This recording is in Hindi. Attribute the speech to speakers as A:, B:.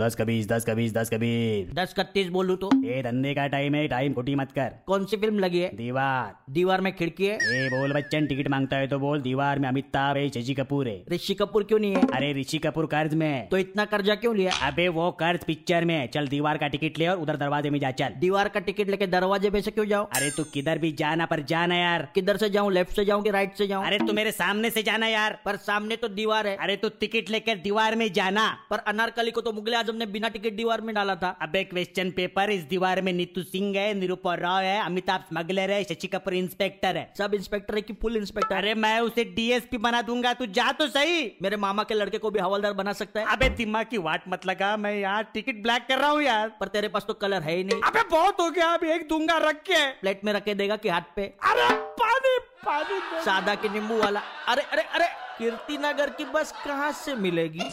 A: दस का बीस दस का बीस दस का बीस
B: दस कत्तीस बोलू तो
A: ये धंधे का टाइम है टाइम खोटी मत कर
B: कौन सी फिल्म लगी है
A: दीवार
B: दीवार में खिड़की है
A: ए बोल बच्चन टिकट मांगता है तो बोल दीवार में अमिताभ है शशि कपूर है
B: ऋषि कपूर क्यों नहीं है
A: अरे ऋषि कपूर कर्ज में है
B: तो इतना कर्जा क्यों लिया
A: अबे वो कर्ज पिक्चर में है चल दीवार का टिकट ले और उधर दरवाजे में जा चल
B: दीवार का टिकट लेके दरवाजे पे से क्यों जाओ
A: अरे तू किधर भी जाना पर जाना यार
B: किधर से जाऊं लेफ्ट से जाऊं कि राइट से जाऊं
A: अरे तू मेरे सामने से जाना यार
B: पर सामने तो दीवार है
A: अरे तू टिकट लेकर दीवार में जाना
B: पर अनारकली को तो मुगले आजम ने बिना टिकट दीवार में डाला था
A: अबे क्वेश्चन पेपर इस दीवार में नीतू सिंह है निरूपा राव है अमिताभ स्मगलर है शशि कपूर इंस्पेक्टर है
B: सब इंस्पेक्टर है कि फुल इंस्पेक्टर
A: अरे मैं उसे डीएसपी बना दूंगा तू जा तो सही
B: मेरे मामा के लड़के को भी हवलदार बना सकता है
A: अबे दिमाग की वाट मत लगा मैं यार टिकट ब्लैक कर रहा हूँ यार
B: पर तेरे पास तो कलर है ही नहीं
A: अबे बहुत हो गया अब एक दूंगा रख के
B: प्लेट में रखे देगा कि हाथ पे
A: अरे पानी पानी दे।
B: सादा के नींबू वाला अरे अरे अरे कीर्ति नगर की बस कहाँ से मिलेगी